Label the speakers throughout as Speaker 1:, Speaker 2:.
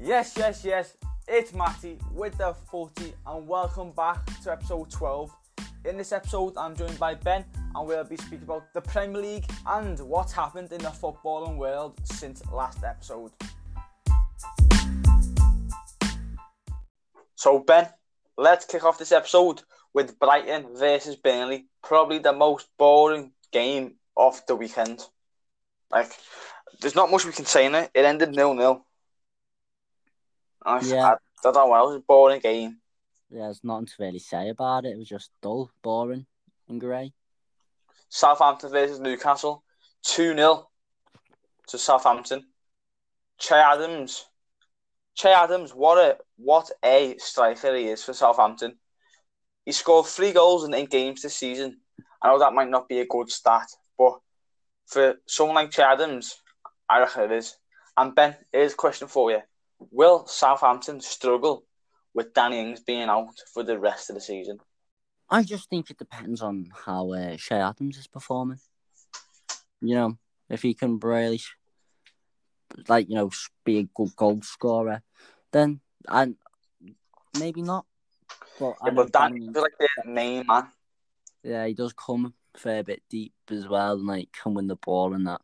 Speaker 1: Yes, yes, yes. It's Matty with the 40, and welcome back to episode 12. In this episode, I'm joined by Ben, and we'll be speaking about the Premier League and what happened in the footballing world since last episode. So, Ben, let's kick off this episode with Brighton versus Burnley, probably the most boring game of the weekend. Like, there's not much we can say in it. It ended nil nil. I,
Speaker 2: Yeah.
Speaker 1: I, don't know. It was a boring game.
Speaker 2: There's nothing to really say about it. It was just dull, boring, and grey.
Speaker 1: Southampton versus Newcastle, two 0 to Southampton. Che Adams, Che Adams, what a what a striker he is for Southampton. He scored three goals in eight games this season. I know that might not be a good stat, but for someone like Che Adams, I reckon it is. And Ben, here's a question for you: Will Southampton struggle with Danny Ings being out for the rest of the season?
Speaker 2: I just think it depends on how uh, Shea Adams is performing. You know, if he can really, s- like, you know, s- be a good goal scorer, then and maybe not. But, I
Speaker 1: Yeah,
Speaker 2: know
Speaker 1: but Danny
Speaker 2: Danny-
Speaker 1: Ings is like their main man.
Speaker 2: yeah, he does come a fair bit deep as well, and like can win the ball and that.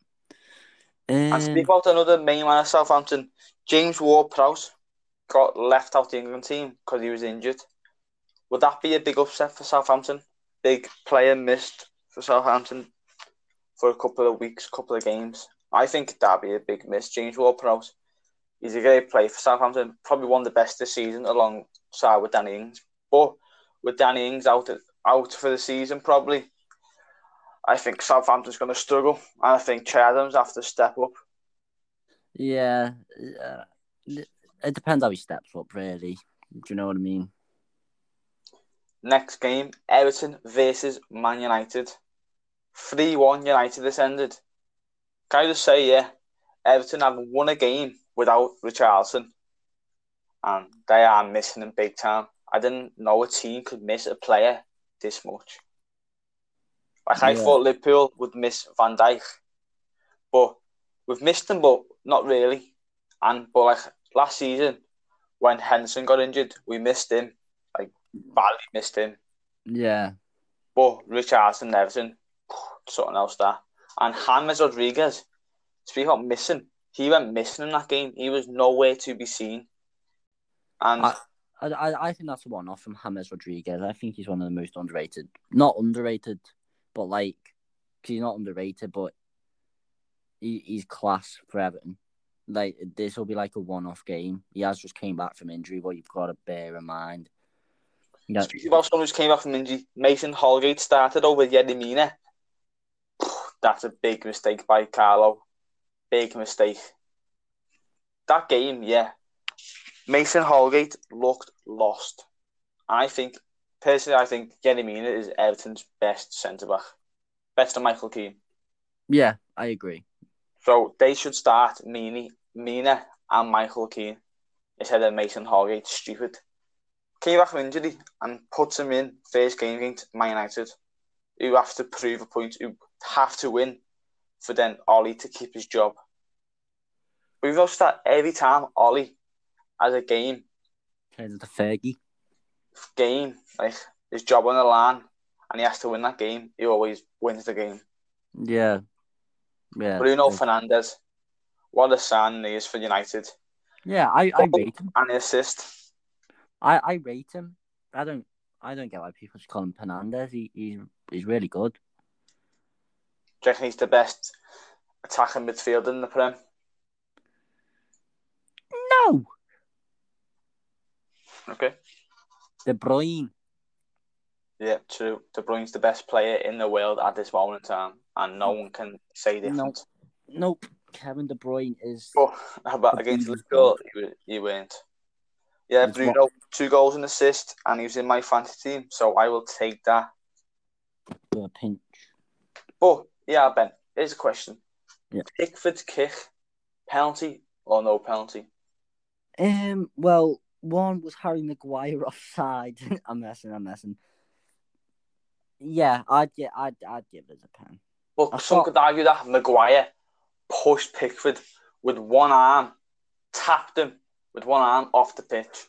Speaker 1: And
Speaker 2: Um,
Speaker 1: speak about another main man of Southampton, James Ward Prowse got left out the England team because he was injured. Would that be a big upset for Southampton? Big player missed for Southampton for a couple of weeks, couple of games. I think that'd be a big miss. James Ward Prowse, he's a great player for Southampton, probably one of the best this season alongside with Danny Ings. But with Danny Ings out out for the season, probably, I think Southampton's going to struggle. And I think Che Adams have to step up.
Speaker 2: Yeah, uh, it depends how he steps up, really. Do you know what I mean?
Speaker 1: Next game, Everton versus Man United. 3 1 United this ended. Can I just say, yeah, Everton have won a game without Richarlison. And they are missing him big time. I didn't know a team could miss a player this much. Like, I
Speaker 2: Yeah.
Speaker 1: thought Liverpool would miss Van Dijk. But we've missed them, but not really. And But, like, last season, when Henson got injured, we missed him. Like, badly missed him.
Speaker 2: Yeah,
Speaker 1: But Richards and Everton, something else there. And James Rodriguez, speak of missing, he went missing in that game. He was nowhere to be seen. And
Speaker 2: I, I, I think that's a one off from James Rodriguez. I think he's one of the most underrated, not underrated, but like, 'cause he's not underrated, but he, he's class for Everton. Like, this will be like a one off game. He has just came back from injury, what you've got to bear in mind. You know,
Speaker 1: speaking about someone who came back from injury, Mason Holgate started over Yeddy Mina. That's a big mistake by Carlo. Big mistake. That game, yeah. Mason Holgate looked lost. I think, personally, I think Yeddy Mina is Everton's best centre back. Better than Michael Keane.
Speaker 2: yeah, I agree.
Speaker 1: So they should start Meany, Mina and Michael Keane instead of Mason Holgate. Stupid. Came back from injury and puts him in first game against Man United, who have to prove a point, who have to win for then Ollie to keep his job. We've noticed that every time Ollie has a game,
Speaker 2: Turns into Fergie.
Speaker 1: game like his job on the line, and he has to win that game, he always wins the game.
Speaker 2: Yeah. Yeah.
Speaker 1: Bruno Fernandez, what a sign he is for United,
Speaker 2: Yeah, I, I rate him.
Speaker 1: and the assist.
Speaker 2: I, I rate him. I don't I don't get why people just call him Fernandez. He, he he's really good.
Speaker 1: Do you reckon he's the best attacking midfielder in the Prem?
Speaker 2: No,
Speaker 1: Okay.
Speaker 2: De Bruyne.
Speaker 1: Yeah, true. De Bruyne's the best player in the world at this moment in time, and no one can say
Speaker 2: No.
Speaker 1: different.
Speaker 2: Nope, Kevin De Bruyne is.
Speaker 1: But how about
Speaker 2: De
Speaker 1: against
Speaker 2: Bruyne's
Speaker 1: Liverpool, he, wa- he weren't. Yeah,
Speaker 2: It's
Speaker 1: Bruno, two goals and assist, and he was in my fantasy team, so I will take that.
Speaker 2: a pinch.
Speaker 1: But yeah, Ben, here's a question:
Speaker 2: Yeah.
Speaker 1: Pickford's kick, penalty or no penalty?
Speaker 2: Um. Well, one was Harry Maguire offside. I'm messing. I'm messing. Yeah, I'd get. I'd. I'd give it a pen.
Speaker 1: But
Speaker 2: I
Speaker 1: some
Speaker 2: thought-
Speaker 1: could argue that Maguire pushed Pickford with one arm, tapped him, with one arm off the pitch.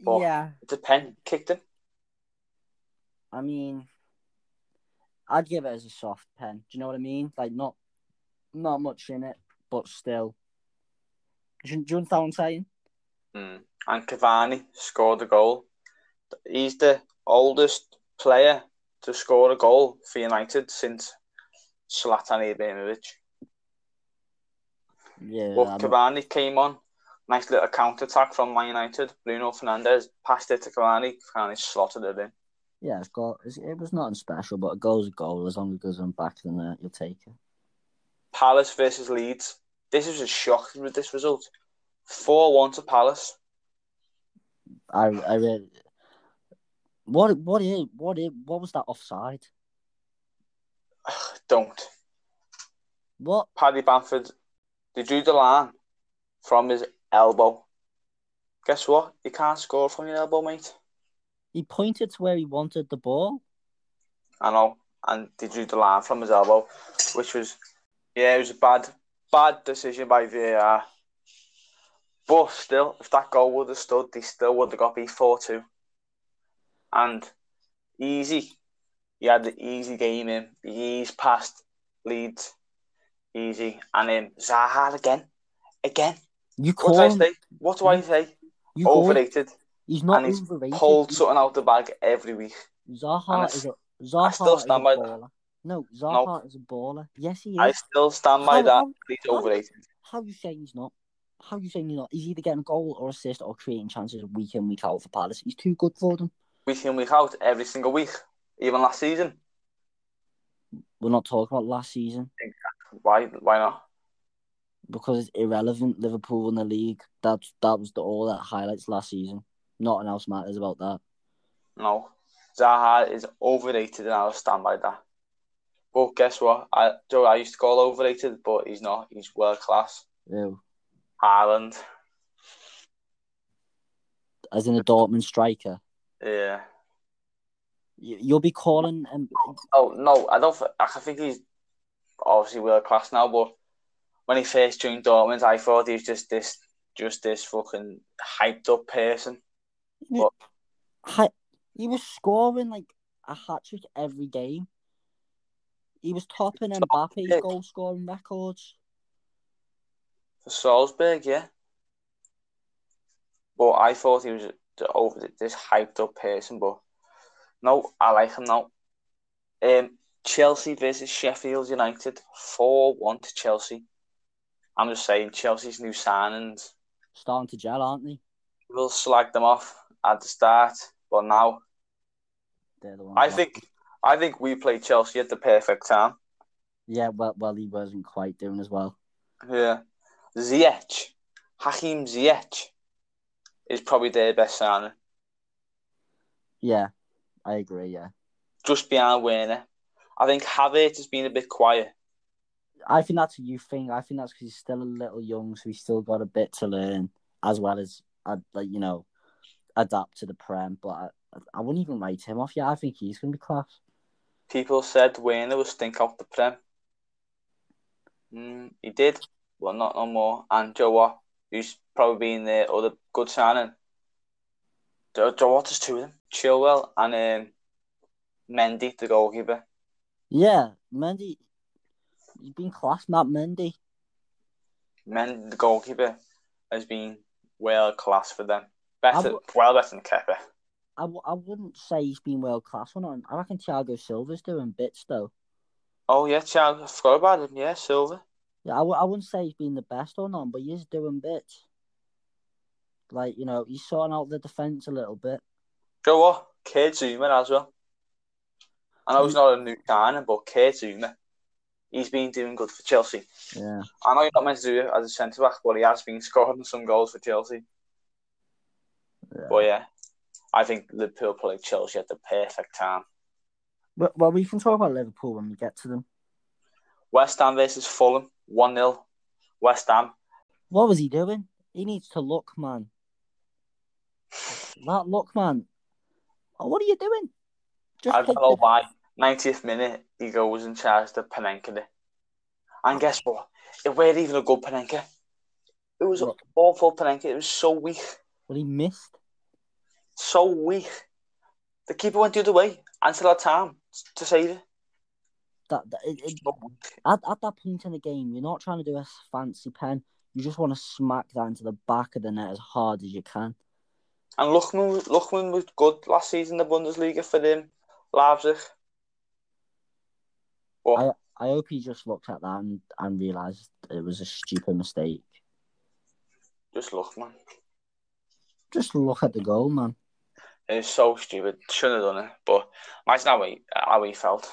Speaker 1: But-
Speaker 2: Yeah,
Speaker 1: The pen kicked him.
Speaker 2: I mean, I'd give it as a soft pen. Do you know what I mean? Like not, not much in it, but still. Do you, do you understand what I'm saying?
Speaker 1: Mm. And Cavani scored a goal. He's the oldest player to score a goal for United since Zlatan Ibrahimovic.
Speaker 2: Yeah.
Speaker 1: Well,
Speaker 2: I don't-
Speaker 1: Cavani came on. Nice little counter attack from Man United. Bruno Fernandez passed it to Cavani. Cavani slotted it in.
Speaker 2: Yeah, it's got, it's, it was nothing special, but a goal's a goal. As long as it goes on back of the net, you'll take it.
Speaker 1: Palace versus Leeds. This is a shock with this result. 4 1 to Palace.
Speaker 2: I, I really. What, what is, what is, what was that offside?
Speaker 1: Don't.
Speaker 2: What?
Speaker 1: Paddy Bamford, they drew the line from his elbow. Guess what? You can't score from your elbow, mate.
Speaker 2: He pointed to where he wanted the ball.
Speaker 1: I know. And they drew the line from his elbow, which was, yeah, it was a bad, bad decision by VAR. But still, if that goal would have stood, they still would have got beat 4 2. And easy. He had the easy game in. He's past Leeds. Easy. And him, Zaha again. Again.
Speaker 2: You
Speaker 1: What do I
Speaker 2: call him.
Speaker 1: say? What do I say?
Speaker 2: You call him.
Speaker 1: Overrated.
Speaker 2: He's not
Speaker 1: and he's
Speaker 2: overrated.
Speaker 1: Pulled
Speaker 2: He's-
Speaker 1: something out the bag every week. and
Speaker 2: Zaha
Speaker 1: it's-
Speaker 2: is a Zaha
Speaker 1: still stand by
Speaker 2: is a
Speaker 1: that.
Speaker 2: baller. No, Zaha is a baller. Yes, he is.
Speaker 1: I still stand by
Speaker 2: How-
Speaker 1: that.
Speaker 2: how-
Speaker 1: He's
Speaker 2: how-
Speaker 1: overrated.
Speaker 2: How you saying he's not? How you saying he's not? He's either getting a goal or assist or creating chances week in week out for Palace. He's too good for them.
Speaker 1: Week in, week out, every single week. Even last season.
Speaker 2: We're not talking about last season
Speaker 1: Why why not?
Speaker 2: because it's irrelevant. Liverpool in the league. That that was the all that highlights last season. Nothing else matters about that.
Speaker 1: No. Zaha is overrated and I'll stand by that. But guess what? I Joe, I used to call overrated, but he's not. He's world class.
Speaker 2: Ew.
Speaker 1: Haaland.
Speaker 2: As in a Dortmund striker,
Speaker 1: Yeah.
Speaker 2: You- you'll be calling um,
Speaker 1: Oh no, I don't. thi- I think he's obviously world class now, but when he first joined Dortmund, I thought he was just this, just this fucking hyped up person.
Speaker 2: hi- he was scoring like a hat trick every game. He was topping Mbappe's
Speaker 1: pick.
Speaker 2: goal scoring records.
Speaker 1: For Salzburg, yeah. But I thought he was the- over the- this hyped up person, but no, I like him now. Um, Chelsea versus Sheffield United, four one to Chelsea. I'm just saying Chelsea's new signings
Speaker 2: Starting to gel, aren't they?
Speaker 1: will slag them off at the start, but now
Speaker 2: They're the ones
Speaker 1: I
Speaker 2: that-
Speaker 1: think I think we played Chelsea at the perfect time.
Speaker 2: Yeah, well, well, he wasn't quite doing as well.
Speaker 1: Yeah. Ziyech, Hakim Ziyech is probably their best signing,
Speaker 2: Yeah, I agree. Yeah,
Speaker 1: just behind Werner. I think Havertz has been a bit quiet.
Speaker 2: I think that's a youth thing. I think that's because he's still a little young, so he's still got a bit to learn, as well as uh, like you know, adapt to the prem. But I, I wouldn't even write him off. Yeah, I think he's gonna be class.
Speaker 1: People said Werner would stink out the Prem. Mm, he did, well, not no more. And Joe Watt, who's probably been the other good signing. Joe, Joe Watt is two of them. Chilwell and um, Mendy, the goalkeeper.
Speaker 2: Yeah, Mendy, he's been class. Matt Mendy.
Speaker 1: Mendy, the goalkeeper, has been world class for them. Better,
Speaker 2: w-
Speaker 1: well better than Kepa.
Speaker 2: I, w- I wouldn't say he's been world class or not. I reckon Thiago Silva's doing bits though.
Speaker 1: Oh yeah, Charles, I forgot about him. Yeah, Silver.
Speaker 2: Yeah, I, w- I wouldn't say he's been the best or not, but he is doing bits. Like you know, he's sorting out the defense a little bit.
Speaker 1: Joe Watt, Kurt Zouma as well. I know he's not a new signing, but Kurt Zouma, he's been doing good for Chelsea.
Speaker 2: Yeah.
Speaker 1: I know you're not meant to do it as a centre back, but he has been scoring some goals for Chelsea.
Speaker 2: Yeah.
Speaker 1: But yeah, I think Liverpool played Chelsea at the perfect time.
Speaker 2: Well, well, we can talk about Liverpool when we get to them.
Speaker 1: West Ham versus Fulham, 1 0. West Ham.
Speaker 2: What was he doing? He needs to look, man. That look, man. Oh, what are you doing? Just
Speaker 1: I
Speaker 2: take
Speaker 1: don't know
Speaker 2: the-
Speaker 1: why. 90th minute, he goes and tries the Penenka. And guess what? It weren't even a good Penenka. It was
Speaker 2: What?
Speaker 1: awful, Penenka. It was so weak.
Speaker 2: Well, he missed.
Speaker 1: So weak. The keeper went the other way and still had time to save it.
Speaker 2: That, that it, it-
Speaker 1: So weak.
Speaker 2: at, at that point in the game, you're not trying to do a fancy pen. You just want to smack that into the back of the net as hard as you can.
Speaker 1: And Luckman, Luckman was good last season in the Bundesliga for them, Leipzig. But
Speaker 2: I hope he just looked at that and, and realised it was a stupid mistake.
Speaker 1: just Luckman.
Speaker 2: Just look at the goal, man.
Speaker 1: It was so stupid. Shouldn't have done it. But imagine how he, how he felt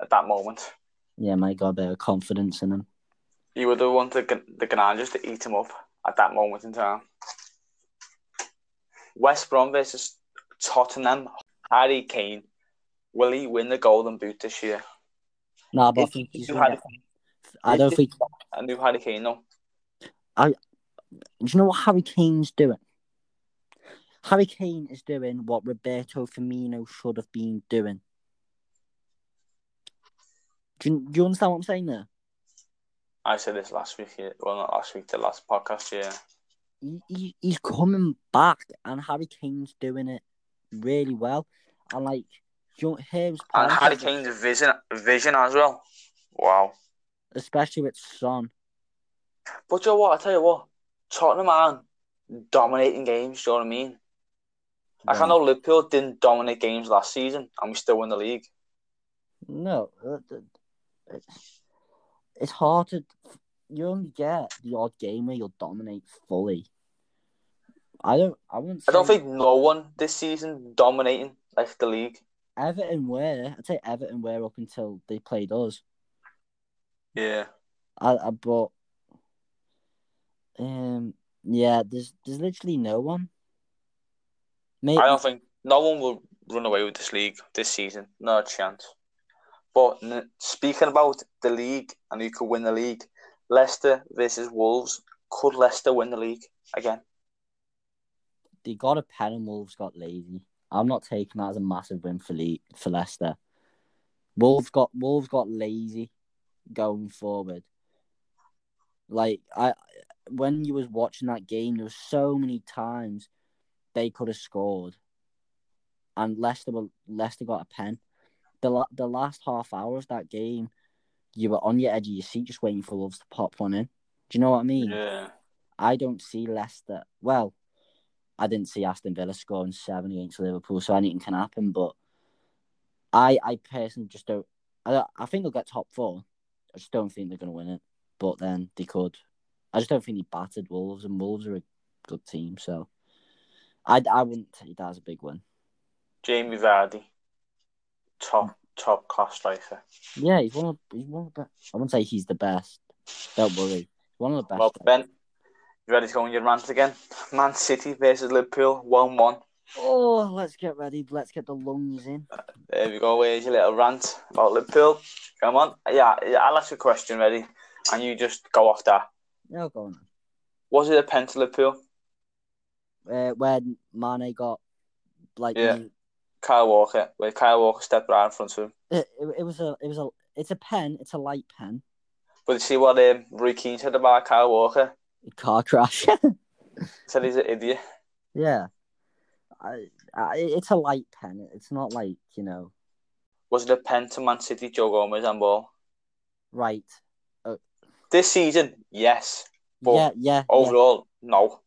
Speaker 1: at that moment.
Speaker 2: Yeah, mate, got a bit of confidence in him.
Speaker 1: He would have wanted the the Canadians to eat him up at that moment in time. West Brom versus Tottenham. Harry Kane. Will he win the Golden Boot this year?
Speaker 2: Nah, but I
Speaker 1: If
Speaker 2: think he's
Speaker 1: you
Speaker 2: gonna
Speaker 1: had-
Speaker 2: get- I don't think.
Speaker 1: A new Harry Kane, no.
Speaker 2: Do you know what Harry Kane's doing? Harry Kane is doing what Roberto Firmino should have been doing. Do you, do you understand what I'm saying there?
Speaker 1: I said this last week. yeah. Well, not last week, the last podcast, yeah.
Speaker 2: he, he he's coming back, and Harry Kane's doing it really well. And like, you know, here's
Speaker 1: And
Speaker 2: part
Speaker 1: Harry
Speaker 2: of it,
Speaker 1: Kane's vision, vision as well. Wow.
Speaker 2: especially with Son.
Speaker 1: But you know what? I tell you what, Tottenham are dominating games. Do you know what I mean? Like I know Liverpool didn't dominate games last season, and we still win the league.
Speaker 2: No, uh, th- it's it's hard to. You only get the odd game where you'll dominate fully. I don't. I wouldn't.
Speaker 1: I don't
Speaker 2: say
Speaker 1: think no one this season dominating like the league.
Speaker 2: Everton were. I'd say Everton were up until they played us.
Speaker 1: Yeah.
Speaker 2: I, I but um yeah, there's there's literally no one. Maybe
Speaker 1: I don't think no one will run away with this league this season. No chance. But n- speaking about the league and who could win the league, Leicester versus Wolves. Could Leicester win the league again?
Speaker 2: they got a pen and Wolves got lazy. I'm not taking that as a massive win for Le- for Leicester. Wolves got Wolves got lazy going forward. Like I, when you was watching that game, there was so many times they could have scored, and Leicester were, Leicester got a pen. The la- the last half hour of that game, you were on your edge of your seat just waiting for Wolves to pop one in. Do you know what I mean?
Speaker 1: Yeah.
Speaker 2: I don't see Leicester. Well, I didn't see Aston Villa scoring seven against Liverpool, so anything can happen. But I, I personally just don't. I, don't- I think they'll get top four. I just don't think they're going to win it. But then they could. I just don't think they battered Wolves, and Wolves are a good team. So I, I wouldn't take that as a big win.
Speaker 1: Jamie Vardy, top top class striker.
Speaker 2: Yeah, he's one of he's one of the. I wouldn't say he's the best. Don't worry, one of the best.
Speaker 1: Well, Ben, you ready to go on your rant again? Man City versus Liverpool, 1 1.
Speaker 2: oh, let's get ready. Let's get the lungs in.
Speaker 1: There we go, here's your little rant about Liverpool. Come on. Yeah, yeah, I'll ask you a question, ready? And you just go off that.
Speaker 2: No, Oh, go on.
Speaker 1: Was it a pen to Liverpool?
Speaker 2: Uh, when Mane got like
Speaker 1: Yeah.
Speaker 2: the-
Speaker 1: Kyle Walker, where Kyle Walker stepped right in front of him.
Speaker 2: it, it, it was a it was a it's a pen it's a light pen
Speaker 1: But you see what um, Roy Keane said about Kyle Walker?
Speaker 2: car crash
Speaker 1: He said he's an idiot.
Speaker 2: yeah I, I, it's a light pen it's not like you know
Speaker 1: Was it a pen to Man City, Joe Gomez, and ball?
Speaker 2: right
Speaker 1: This season, yes. But
Speaker 2: yeah yeah yeah,
Speaker 1: Overall, no.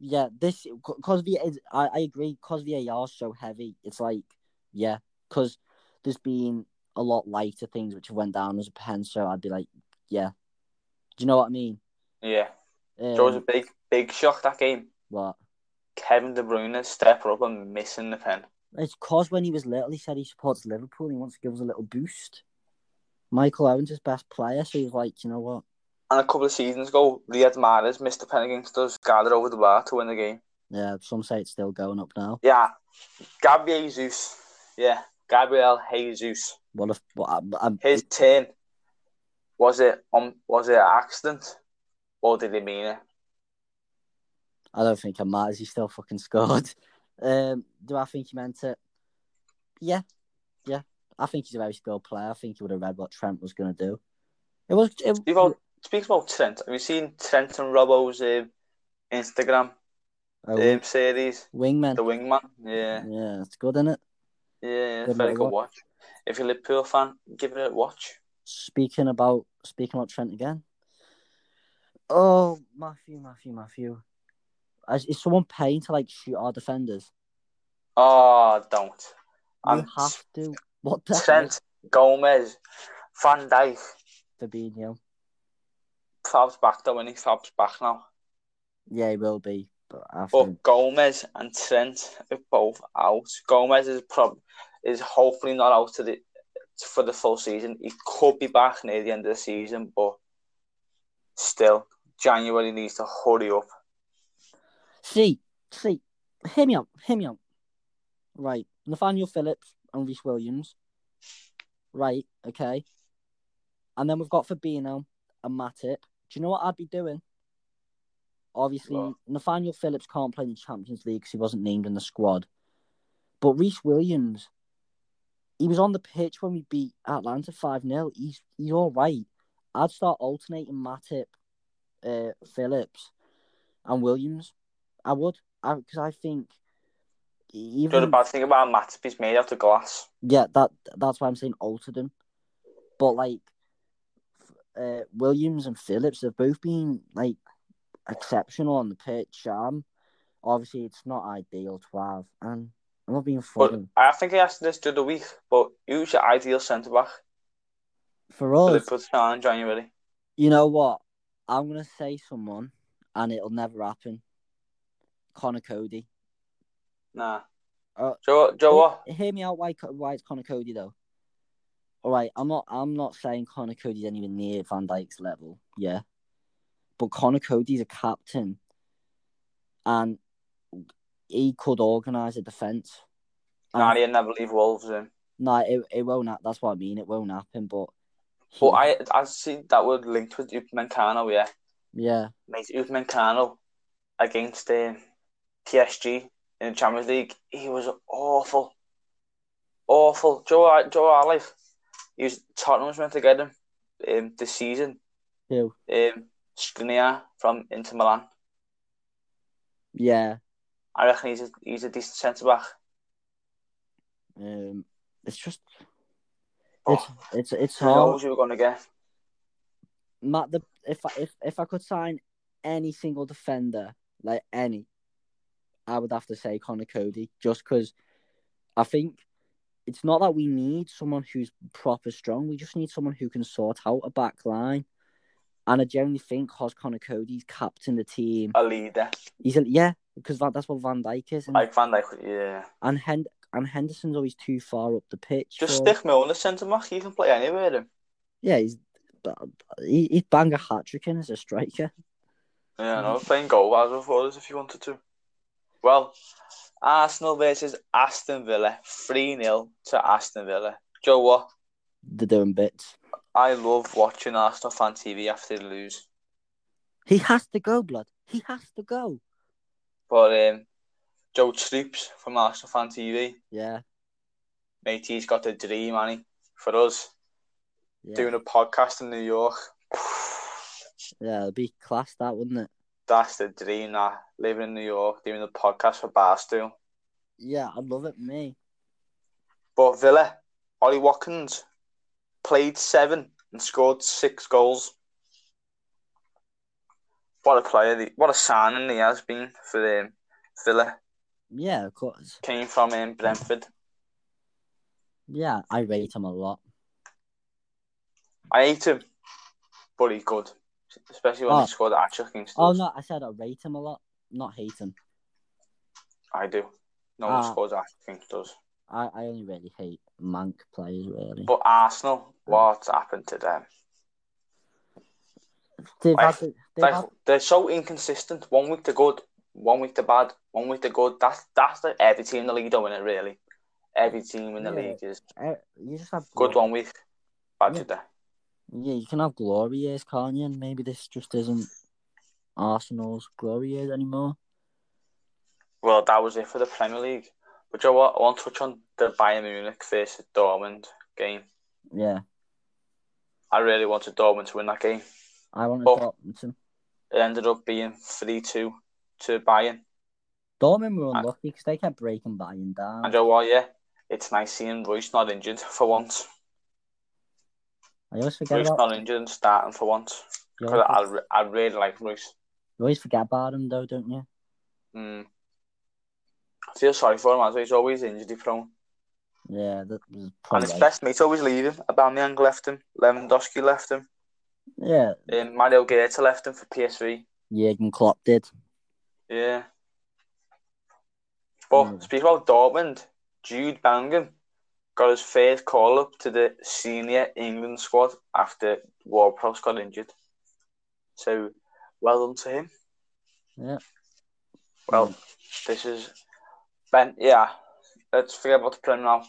Speaker 2: yeah this because is I, I agree because VAR is so heavy it's like yeah because there's been a lot lighter things which have went down as a pen so I'd be like yeah do you know what I mean
Speaker 1: Yeah.
Speaker 2: um,
Speaker 1: There was a big, big shock that game.
Speaker 2: what
Speaker 1: Kevin De Bruyne step up and missing the pen.
Speaker 2: It's because when he was little, he said he supports Liverpool and he wants to give us a little boost. Michael Owen's his best player, so he's like, you know what?
Speaker 1: And a couple of seasons ago, Riyad Mahrez missed the pen against us, gathered over the bar to win the game.
Speaker 2: Yeah, some say it's still going up now.
Speaker 1: Yeah, Gabriel Jesus. Yeah, Gabriel Jesus.
Speaker 2: What if? What, I, I'm-
Speaker 1: His turn. Was it um, Was it an accident, or did he mean it?
Speaker 2: I don't think it matters. He still fucking scored. Um, do I think he meant it? Yeah, yeah. I think he's a very skilled player. I think he would have read what Trent was going to do. It was. It,
Speaker 1: Steve-O- Speaking about Trent, have you seen Trent and Robbo's um, Instagram
Speaker 2: Oh,
Speaker 1: um, series,
Speaker 2: wingman.
Speaker 1: The Wingman? Yeah,
Speaker 2: Yeah, it's good, isn't it?
Speaker 1: yeah,
Speaker 2: Give it
Speaker 1: it's very
Speaker 2: a
Speaker 1: good watch. If you're a Liverpool fan, give it a watch.
Speaker 2: Speaking about speaking about Trent again. Oh, Matthew, Matthew, Matthew. Is, is someone paying to like shoot our defenders?
Speaker 1: Oh, don't.
Speaker 2: You
Speaker 1: And
Speaker 2: have to. What the heck,
Speaker 1: Trent, Gomez, Van Dijk,
Speaker 2: Fabinho?
Speaker 1: Fab's back though, and he Fab's back now.
Speaker 2: Yeah, he will be. But I think
Speaker 1: But Oh, Gomez and Trent are both out. Gomez is prob- is hopefully not out to the for the full season. He could be back near the end of the season, but still, January needs to hurry up.
Speaker 2: see, see, hear me out, hear me out. Right, Nathaniel Phillips and Reese Williams. Right, okay. And then we've got Fabinho and Matip. Do you know what I'd be doing? Obviously,
Speaker 1: What?
Speaker 2: Nathaniel Phillips can't play in the Champions League because he wasn't named in the squad. But Reese Williams, he was on the pitch when we beat Atlanta 5 0. He's, he's all right. I'd start alternating Matip, uh, Phillips, and Williams. I would. Because I, think. e,
Speaker 1: The other
Speaker 2: Even
Speaker 1: bad thing about Matip, he's made out of glass.
Speaker 2: yeah, that that's why I'm saying altered him. But like, uh, Williams and Phillips have both been like exceptional on the pitch. Um, obviously it's not ideal to have, and I'm not being
Speaker 1: But
Speaker 2: funny.
Speaker 1: I think I asked this the other week, but who's your ideal centre back
Speaker 2: For
Speaker 1: for
Speaker 2: us,
Speaker 1: Liverpool to sign in January?
Speaker 2: you know what? I'm gonna say someone, and it'll never happen. Connor Cody.
Speaker 1: Nah.
Speaker 2: Uh,
Speaker 1: Joe, Joe, what?
Speaker 2: Hear- Hear me out. Why? Co- Why it's Connor Cody though? All right, I'm not. I'm not saying Connor Cody's anywhere near Van Dyke's level. Yeah, but Connor Cody's a captain, and he could organize a defense. uh,
Speaker 1: Nah, he'll never leave Wolves in.
Speaker 2: No, it, it won't. hap- That's what I mean. It won't happen. But, he-
Speaker 1: But I, I see that would linked with Upamecano, yeah.
Speaker 2: yeah,
Speaker 1: mate, Upamecano against um, PSG in the Champions League, he was awful, awful. Joe, uh, Joe Arlife, he was Tottenham was meant to get him um, this season.
Speaker 2: Who?
Speaker 1: Um, Skriniar from Inter Milan.
Speaker 2: yeah.
Speaker 1: I reckon he's a, he's a decent centre back.
Speaker 2: Um, it's just
Speaker 1: But
Speaker 2: it's
Speaker 1: Oh.
Speaker 2: it's it's
Speaker 1: who
Speaker 2: hard.
Speaker 1: knows who we're gonna get?
Speaker 2: Matt, the, if I if if I could sign any single defender, like any, I would have to say Connor Cody, just because I think it's not that we need someone who's proper strong. We just need someone who can sort out a back line. And I generally think because Connor Cody's captain the team,
Speaker 1: A leader
Speaker 2: he's a, yeah, because that, that's what Van Dijk is. And,
Speaker 1: like Van Dijk. Yeah,
Speaker 2: and, Hen- and Henderson's always too far up the pitch.
Speaker 1: just
Speaker 2: for-
Speaker 1: stick Milner centre back. He can play anywhere. Him.
Speaker 2: Yeah, he's but he, he'd bang a hat trick in as a striker.
Speaker 1: Yeah, no, playing goal as well for us if you wanted to. Well, Arsenal versus Aston Villa, 3 0 to Aston Villa. Joe, what?
Speaker 2: They're doing bits.
Speaker 1: I love watching Arsenal fan TV after they lose.
Speaker 2: He has to go, blood. He has to go.
Speaker 1: But um, Joe Troops from Arsenal fan TV,
Speaker 2: Yeah,
Speaker 1: mate, he's got the dream, Annie, for us
Speaker 2: yeah,
Speaker 1: doing a podcast in New York.
Speaker 2: yeah. It'd be class, that wouldn't it?
Speaker 1: That's the dream, that living in New York, doing the podcast for Barstool.
Speaker 2: Yeah, I'd love it, me.
Speaker 1: But Villa, Ollie Watkins played seven and scored six goals. What a player! the- What a signing he has been for um, Villa.
Speaker 2: Yeah, of course.
Speaker 1: Came from um, Brentford.
Speaker 2: Yeah, I rate him a lot.
Speaker 1: I hate him, but he's good, especially when
Speaker 2: Oh.
Speaker 1: he scored at Asher Kingston.
Speaker 2: Oh no, I said I rate him a lot, not hate him.
Speaker 1: I do. No one
Speaker 2: Ah.
Speaker 1: scores at Asher Kingston.
Speaker 2: I, I only really hate Mank players really.
Speaker 1: But
Speaker 2: Mm.
Speaker 1: Arsenal, what's happened to them?
Speaker 2: they've
Speaker 1: like-
Speaker 2: had, the- they've
Speaker 1: Like,
Speaker 2: had
Speaker 1: they're so inconsistent. One week they're good, one week they're bad, one week they're good. That's that's the, every team in the league doing it really. Every team in the
Speaker 2: Yeah.
Speaker 1: league is
Speaker 2: eh, you just have
Speaker 1: good
Speaker 2: glo-
Speaker 1: one week, bad
Speaker 2: Yeah.
Speaker 1: the day.
Speaker 2: Yeah, you can have glory years, can't you? And maybe this just isn't Arsenal's glory years anymore.
Speaker 1: Well, that was it for the Premier League. But Joe, what I want to touch on the Bayern Munich versus Dortmund game.
Speaker 2: Yeah,
Speaker 1: I really wanted Dortmund to win that game.
Speaker 2: I wanted
Speaker 1: But-
Speaker 2: Dortmund.
Speaker 1: It ended up being 3 2 to Bayern.
Speaker 2: Dortmund were
Speaker 1: I-
Speaker 2: unlucky because they kept breaking Bayern
Speaker 1: And
Speaker 2: down.
Speaker 1: you know what, yeah? It's nice seeing Royce not injured for once.
Speaker 2: I always forget
Speaker 1: Royce
Speaker 2: about.
Speaker 1: not injured and starting for once.
Speaker 2: You
Speaker 1: Because I,
Speaker 2: always,
Speaker 1: re- I really like Royce.
Speaker 2: you always forget about him though, don't you?
Speaker 1: Mm. I feel sorry for him as well. He's always injury prone.
Speaker 2: Yeah, that was
Speaker 1: And
Speaker 2: probably.
Speaker 1: his
Speaker 2: right.
Speaker 1: best mate's always leaving. Aubameyang left him. Lewandowski left him.
Speaker 2: Yeah,
Speaker 1: And Mario Gaeta left him for PSV.
Speaker 2: Jurgen Klopp did.
Speaker 1: Yeah. But
Speaker 2: Mm.
Speaker 1: speaking about Dortmund, Jude Bellingham got his first call up to the senior England squad after Ward-Prowse got injured. So, well done to him.
Speaker 2: Yeah.
Speaker 1: Well, this is Ben. Yeah, let's forget about the Prem now.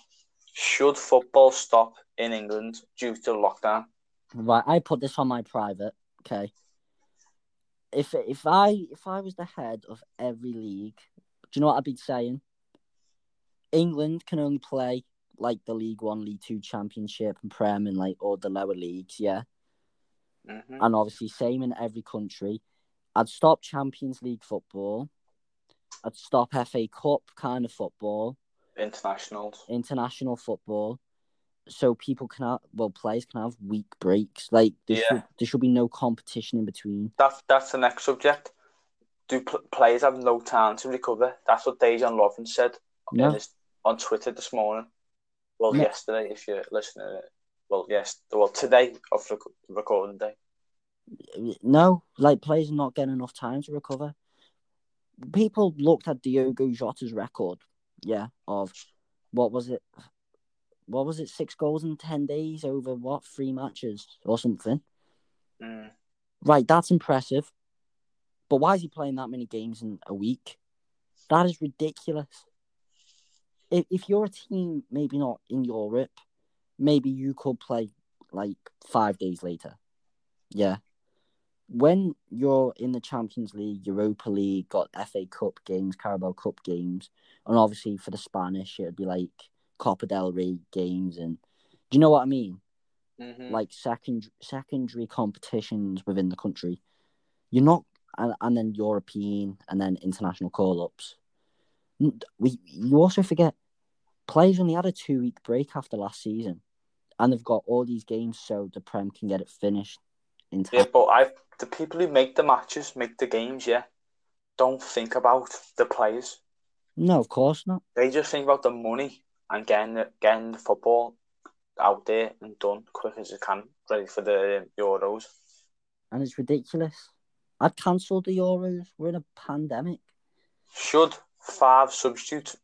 Speaker 1: Should football stop in England due to lockdown?
Speaker 2: Right, I put this on my private. Okay. If if I if I was the head of every league, do you know what I'd be saying? England can only play like the League One, League Two, Championship, and Prem, and like all the lower leagues. Yeah,
Speaker 1: hmm
Speaker 2: and obviously same in every country. I'd stop Champions League football. I'd stop FA Cup kind of football,
Speaker 1: Internationals.
Speaker 2: international football, so people can have, well players can have week breaks. Like there
Speaker 1: Yeah.
Speaker 2: should there should be no competition in between.
Speaker 1: That's that's the next subject. Do pl- players have no time to recover? That's what Dejan Lovren said
Speaker 2: No.
Speaker 1: in his, on Twitter this morning. Well,
Speaker 2: Yeah.
Speaker 1: yesterday, if you're listening. to it. Well, yes. Well, today of rec- recording day.
Speaker 2: no, like players are not getting enough time to recover. People looked at Diogo Jota's record, yeah, of what was it? What was it? Six goals in ten days over what three matches or something?
Speaker 1: Mm.
Speaker 2: Right, that's impressive. But why is he playing that many games in a week? That is ridiculous. If if you're a team, maybe not in Europe, maybe you could play like five days later. Yeah. When you're in the Champions League, Europa League, got FA Cup games, Carabao Cup games, and obviously for the Spanish, it'd be like Copa del Rey games, and do you know what I mean?
Speaker 1: hmm
Speaker 2: like second secondary competitions within the country. You're not, and, and then European and then international call ups. We you also forget players only had a two week break after last season, and they've got all these games so the Prem can get it finished in time.
Speaker 1: Yeah, but I the people who make the matches, make the games. Yeah, don't think about the players.
Speaker 2: No, of course not.
Speaker 1: They just think about the money and getting the, getting the football out there and done quick as it can, ready for the Euros.
Speaker 2: And it's ridiculous. I'd cancelled the Euros. We're in a pandemic.
Speaker 1: Should five substitutes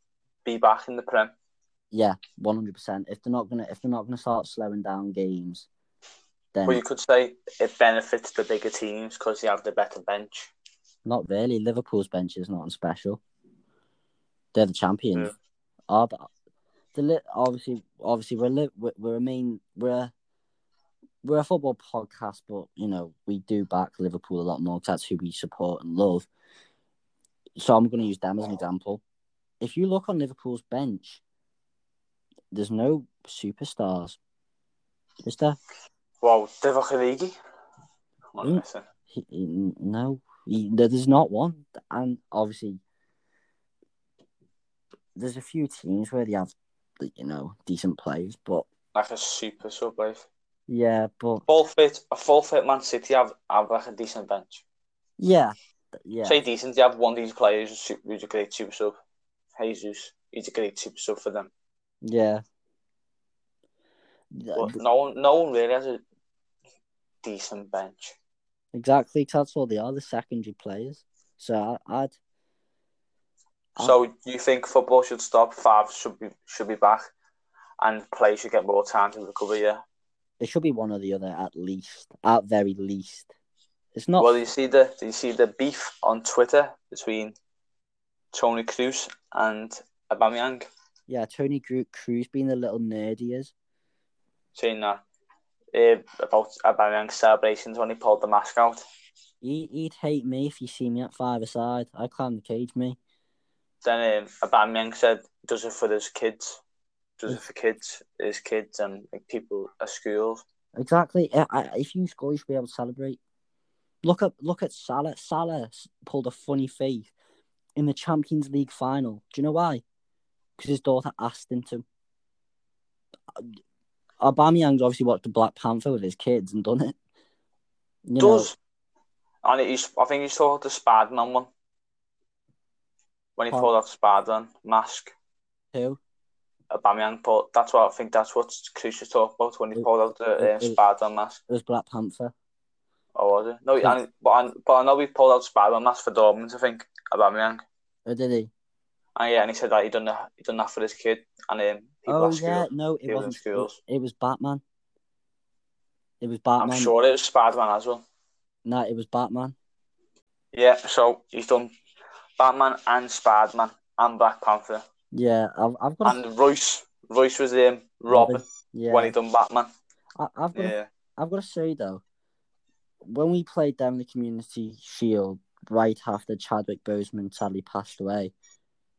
Speaker 1: be back in the Prem?
Speaker 2: Yeah, one hundred percent. If they're not gonna, if they're not gonna start slowing down games, then
Speaker 1: Well, you could say it benefits the bigger teams because they have the better bench.
Speaker 2: Not really. Liverpool's bench is not on special. They're the champions.
Speaker 1: Yeah.
Speaker 2: Our- the li- obviously, obviously, we're, li- we're we're a main we're a, we're a football podcast, but you know we do back Liverpool a lot more 'cause that's who we support and love. So I'm going to use them as an example. If you look on Liverpool's bench, there's no superstars. Is there?
Speaker 1: Wow, Divock Origi. What a
Speaker 2: Mm.
Speaker 1: lesson.
Speaker 2: He, he- no, he, there- there's not one. And obviously, there's a few teams where they have, you know, decent players, but
Speaker 1: Like a super sub life.
Speaker 2: yeah, but
Speaker 1: Full fit, a full fit Man City have, have like a decent bench.
Speaker 2: yeah, th- yeah,
Speaker 1: Say decent, they have one of these players who's, super, who's a great super sub. Jesus, he's a great super sub for them.
Speaker 2: yeah.
Speaker 1: But
Speaker 2: Th-
Speaker 1: no one, no one really has a decent bench.
Speaker 2: Exactly, 'cause that's all they are, the secondary players. So I, I'd, I-
Speaker 1: So you think football should stop? Five should be should be back, and players should get more time to recover. Yeah.
Speaker 2: it should be one or the other at least, at very least. It's not.
Speaker 1: Well, you see the you see the beef on Twitter between Tony Cruz and Aubameyang
Speaker 2: yeah, Tony Gru- Cruz being the little nerd he is.
Speaker 1: saying that uh, about Aubameyang's celebrations when he pulled the mask out.
Speaker 2: He, he'd hate me if you see me at five aside. I climb the cage, me.
Speaker 1: Then um, Aubameyang said, "Does it for his kids? Does it for kids? His kids and like, people at school."
Speaker 2: Uh, Exactly. I, I, if you score, you should be able to celebrate. Look at look at Salah. Salah s- pulled a funny face in the Champions League final. Do you know why? Because his daughter asked him to. Uh, Aubameyang's obviously watched the Black Panther with his kids and done it. You know,
Speaker 1: Does. And he's, I think he's talking to Spartan on one. When he
Speaker 2: Pardon?
Speaker 1: pulled out Spartan mask,
Speaker 2: who?
Speaker 1: Aubameyang pulled. That's what I think. That's what Cruz was talking about when he
Speaker 2: It-
Speaker 1: pulled out the uh,
Speaker 2: it- it-
Speaker 1: Spartan mask.
Speaker 2: It was Black Panther.
Speaker 1: Or was it? No, he-
Speaker 2: Yeah.
Speaker 1: and, but, I, but I know he pulled out Spartan mask for Dortmund. I think Aubameyang.
Speaker 2: Or did he?
Speaker 1: And yeah, and he said that he done that, he done that for his kid, and um, people
Speaker 2: Oh
Speaker 1: at school.
Speaker 2: yeah, no, it
Speaker 1: He was in
Speaker 2: wasn't.
Speaker 1: schools.
Speaker 2: It was Batman. It was
Speaker 1: I'm
Speaker 2: Batman.
Speaker 1: sure it was Spider-Man as well.
Speaker 2: No, it was Batman.
Speaker 1: Yeah, so he's done Batman and Spider-Man and Black Panther
Speaker 2: Yeah, I've, I've got. A,
Speaker 1: and Royce. Royce was um, Robin
Speaker 2: yeah,
Speaker 1: when he done Batman.
Speaker 2: I, I've got. A,
Speaker 1: Yeah,
Speaker 2: I've got to say though, when we played down the Community Shield right after Chadwick Boseman sadly passed away,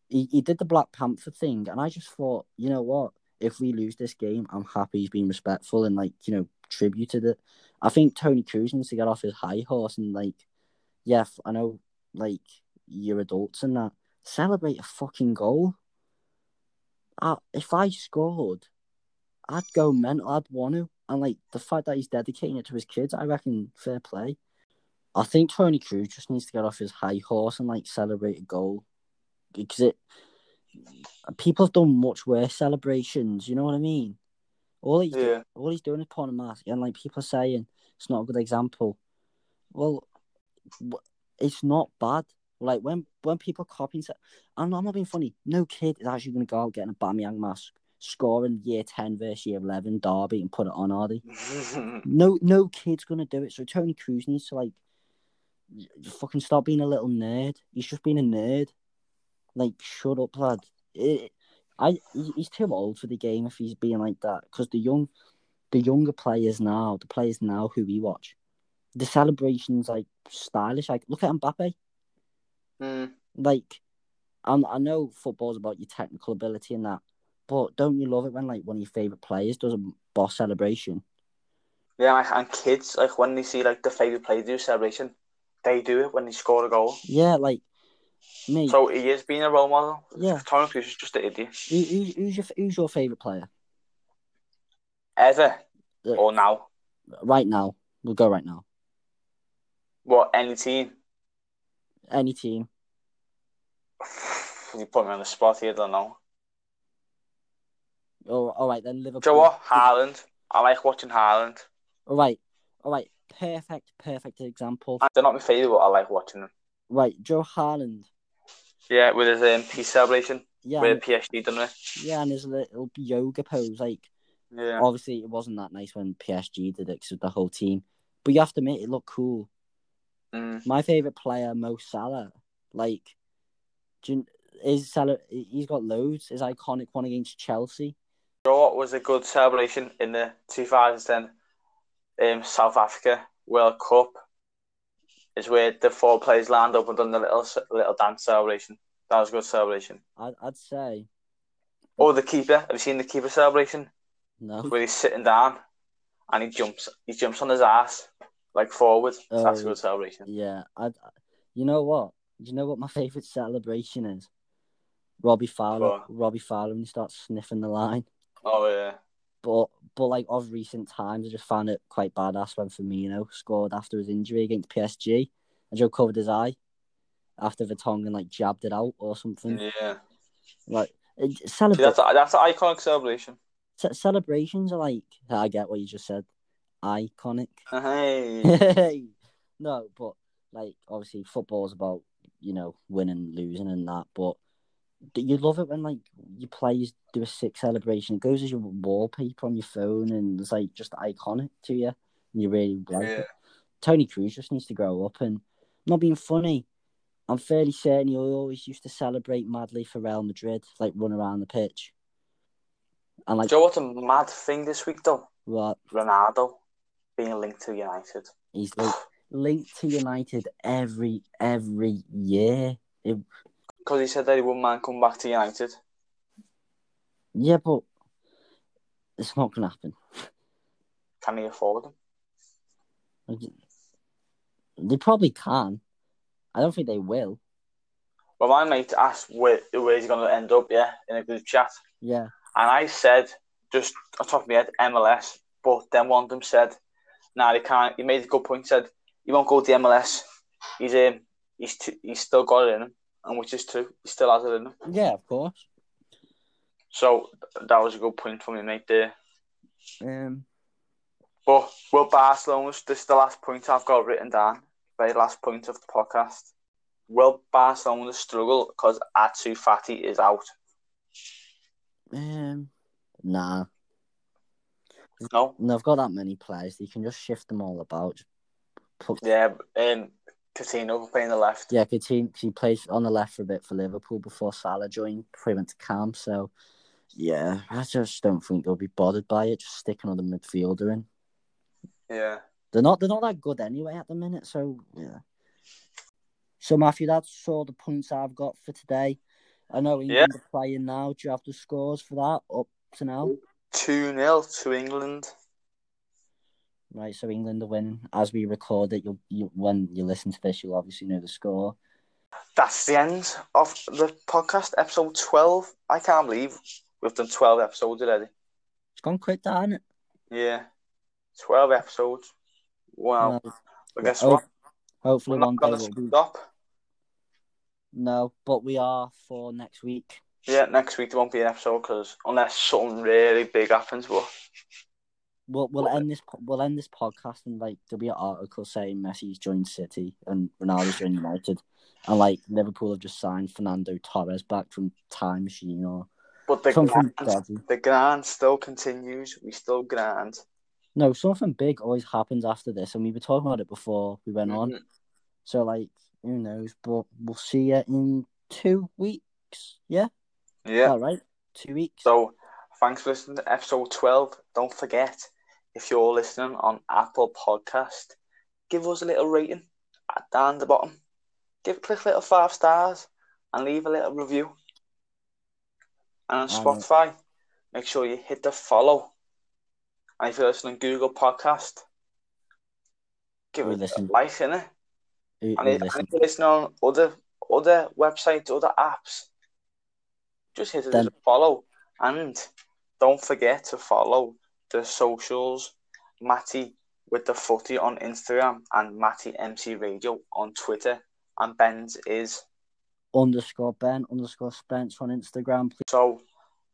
Speaker 2: he, he did the Black Panther thing, and I just thought, you know what? If we lose this game, I'm happy he's been respectful and like you know tributed it. I think Tony Cruz needs to get off his high horse and like, yeah, f- I know like you're adults and that celebrate a fucking goal. I, if I scored, I'd go mental. I'd want to, and like the fact that he's dedicating it to his kids, I reckon fair play. I think Tony Cruz just needs to get off his high horse and like celebrate a goal because it people have done much worse celebrations. You know what I mean? All he's
Speaker 1: yeah.
Speaker 2: all he's doing is putting a mask, and like people are saying it's not a good example. Well, w- it's not bad. Like when when people copying, se- I'm not, I'm not being funny. No kid is actually going to go out getting a Bamyang mask, scoring year ten versus year eleven derby, and put it on. Are they? No, no kid's going to do it. So Tony Cruz needs to like y- fucking stop being a little nerd. He's just being a nerd. Like, shut up, lad. It, I he- he's too old for the game if he's being like that. Because the young, the younger players now, the players now who we watch, the celebrations like stylish. Like, look at Mbappe.
Speaker 1: Mm,
Speaker 2: Like, i I know football's about your technical ability and that, but don't you love it when like one of your favorite players does a boss celebration?
Speaker 1: yeah, like, and kids like when they see like the favorite player do celebration, they do it when they score a goal.
Speaker 2: Yeah, like me.
Speaker 1: So he is being a role model.
Speaker 2: yeah,
Speaker 1: Tom Cruise is just an idiot.
Speaker 2: who, who, who's your who's your favorite player
Speaker 1: Ever
Speaker 2: Yeah.
Speaker 1: or now,
Speaker 2: right now? We'll go right now.
Speaker 1: what any team?
Speaker 2: Any team.
Speaker 1: You put me on the spot here. I don't know.
Speaker 2: Oh, all right then, Liverpool.
Speaker 1: Do you know what? Haaland. I like watching Haaland.
Speaker 2: All right, all right. Perfect, perfect example.
Speaker 1: They're not my favourite, but I like watching them.
Speaker 2: Right, Joe Harland.
Speaker 1: Yeah, with his um, peace celebration,
Speaker 2: Yeah,
Speaker 1: with a
Speaker 2: and,
Speaker 1: PSG done it.
Speaker 2: yeah, and his little yoga pose. Like,
Speaker 1: Yeah.
Speaker 2: obviously, it wasn't that nice when PSG did it 'cause of the whole team. But you have to admit, it looked cool.
Speaker 1: Mm.
Speaker 2: My favorite player, Mo Salah. Like, do you, his Salah, he's got loads. His iconic one against Chelsea.
Speaker 1: You know what was a good celebration in the 2010 um, South Africa World Cup? Is where the four players lined up and done the little little dance celebration. That was a good celebration.
Speaker 2: I'd, I'd say
Speaker 1: Oh, the keeper. Have you seen the keeper celebration?
Speaker 2: no.
Speaker 1: Where he's sitting down and he jumps he jumps on his ass like forward. So that's a
Speaker 2: Oh.
Speaker 1: good celebration.
Speaker 2: Yeah, I. You know what? You know what my favorite celebration is? Robbie Fowler.
Speaker 1: What?
Speaker 2: Robbie Fowler when he starts sniffing the line.
Speaker 1: Oh yeah.
Speaker 2: But but like of recent times, I just found it quite badass when Firmino scored after his injury against PSG, and Joe covered his eye after Vertonghen like jabbed it out or something.
Speaker 1: Yeah.
Speaker 2: Like it,
Speaker 1: See, that's
Speaker 2: celebra-
Speaker 1: a, that's an iconic celebration.
Speaker 2: ce- celebrations are like I get what you just said, iconic.
Speaker 1: Hey.
Speaker 2: no, but like obviously football's about you know winning, losing, and that. But you love it when like your players do a sick celebration. It goes as your wallpaper on your phone, and it's like just iconic to you. And you really like
Speaker 1: Yeah.
Speaker 2: it. Tony Cruz just needs to grow up and not being funny. I'm fairly certain he always used to celebrate madly for Real Madrid, like run around the pitch. And like,
Speaker 1: Joe, what a mad thing this week though.
Speaker 2: what
Speaker 1: Ronaldo being linked to United.
Speaker 2: he's like linked to United every every year.
Speaker 1: Because he said that he wouldn't mind coming back to United.
Speaker 2: Yeah, but it's not gonna happen.
Speaker 1: Can he afford him?
Speaker 2: They probably can. I don't think they will.
Speaker 1: Well, my mate asked where, where he's going to end up, yeah, in a group chat.
Speaker 2: Yeah.
Speaker 1: And I said, just off the top of my head, MLS. But then one of them said, nah, they can't. He made a good point, said, he won't go to the MLS. He's um, he's, t- he's still got it in him, and which is true. He still has it in him.
Speaker 2: Yeah, of course.
Speaker 1: So that was a good point for me, mate, there.
Speaker 2: Um,
Speaker 1: But well, Barcelona's this is the last point I've got written down. Very last point of the podcast. Will Barcelona struggle because Atsu Fati is out?
Speaker 2: um, nah.
Speaker 1: No.
Speaker 2: And they've got that many players. You can just shift them all about. Just Put,
Speaker 1: Yeah. Um, Coutinho playing the left.
Speaker 2: yeah, Coutinho, he plays on the left for a bit for Liverpool before Salah joined, before he went to camp. So, yeah, I just don't think they'll be bothered by it. Just stick another midfielder in.
Speaker 1: Yeah.
Speaker 2: They're not. They're not that good anyway at the minute. So yeah. So Matthew, that's all the points I've got for today. I know England are playing now. Do you have the scores for that up to now?
Speaker 1: Two 0 to England.
Speaker 2: Right. So England are winning as we record it. You'll you, when you listen to this, you'll obviously know the score.
Speaker 1: That's the end of the podcast, episode twelve. I can't believe we've done twelve episodes already.
Speaker 2: It's gone quick, that, hasn't it?
Speaker 1: Yeah. Twelve episodes. Wow.
Speaker 2: No.
Speaker 1: I guess
Speaker 2: Oh,
Speaker 1: what?
Speaker 2: Hopefully
Speaker 1: We're
Speaker 2: one
Speaker 1: not
Speaker 2: day
Speaker 1: gonna
Speaker 2: we'll be
Speaker 1: stop.
Speaker 2: no, but we are for next week.
Speaker 1: Yeah, next week there won't be an episode because unless something really big happens, but
Speaker 2: We'll we'll end this po- we'll end this podcast and like there'll be an article saying Messi's joined City and Ronaldo's joined United, and like Liverpool have just signed Fernando Torres back from Time Machine or
Speaker 1: but the
Speaker 2: something
Speaker 1: grand,
Speaker 2: dodgy.
Speaker 1: the grand still continues. We still grand.
Speaker 2: No, something big always happens after this, and we were talking about it before we went
Speaker 1: Mm-hmm.
Speaker 2: on. So like, who knows? But we'll see you in two weeks. Yeah,
Speaker 1: Yeah.
Speaker 2: all right, two weeks.
Speaker 1: So thanks for listening to episode twelve. Don't forget if you're listening on Apple Podcast, give us a little rating at down the bottom. Give click little five stars and leave a little review. And on
Speaker 2: And-
Speaker 1: Spotify, make sure you hit the follow. And if you're listening on Google Podcast, give
Speaker 2: Or
Speaker 1: it a
Speaker 2: listen.
Speaker 1: like innit?
Speaker 2: Who-
Speaker 1: And if,
Speaker 2: who
Speaker 1: and
Speaker 2: listens?
Speaker 1: if you're listening on other other websites, other apps, just hit it as
Speaker 2: Then-
Speaker 1: a follow. And don't forget to follow the socials, Matty with the footy on Instagram and Matty MC Radio on Twitter. And Ben's is
Speaker 2: Underscore Ben underscore Spence on Instagram. Please.
Speaker 1: so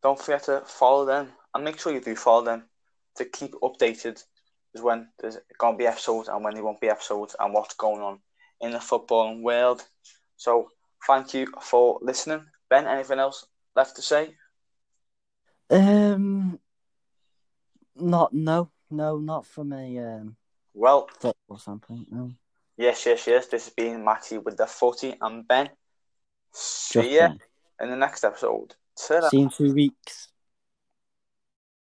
Speaker 1: don't forget to follow them and make sure you do follow them to keep updated with when there's gonna be episodes and when there won't be episodes and what's going on in the footballing world. So thank you for listening. Ben, anything else left to say?
Speaker 2: Um, not no no not from a um
Speaker 1: Well,
Speaker 2: football standpoint. No,
Speaker 1: yes, yes, yes. This has been Matty with the footy and Ben.
Speaker 2: just
Speaker 1: See ya
Speaker 2: that.
Speaker 1: in the next episode. Ta-ra.
Speaker 2: See you in uh, two weeks.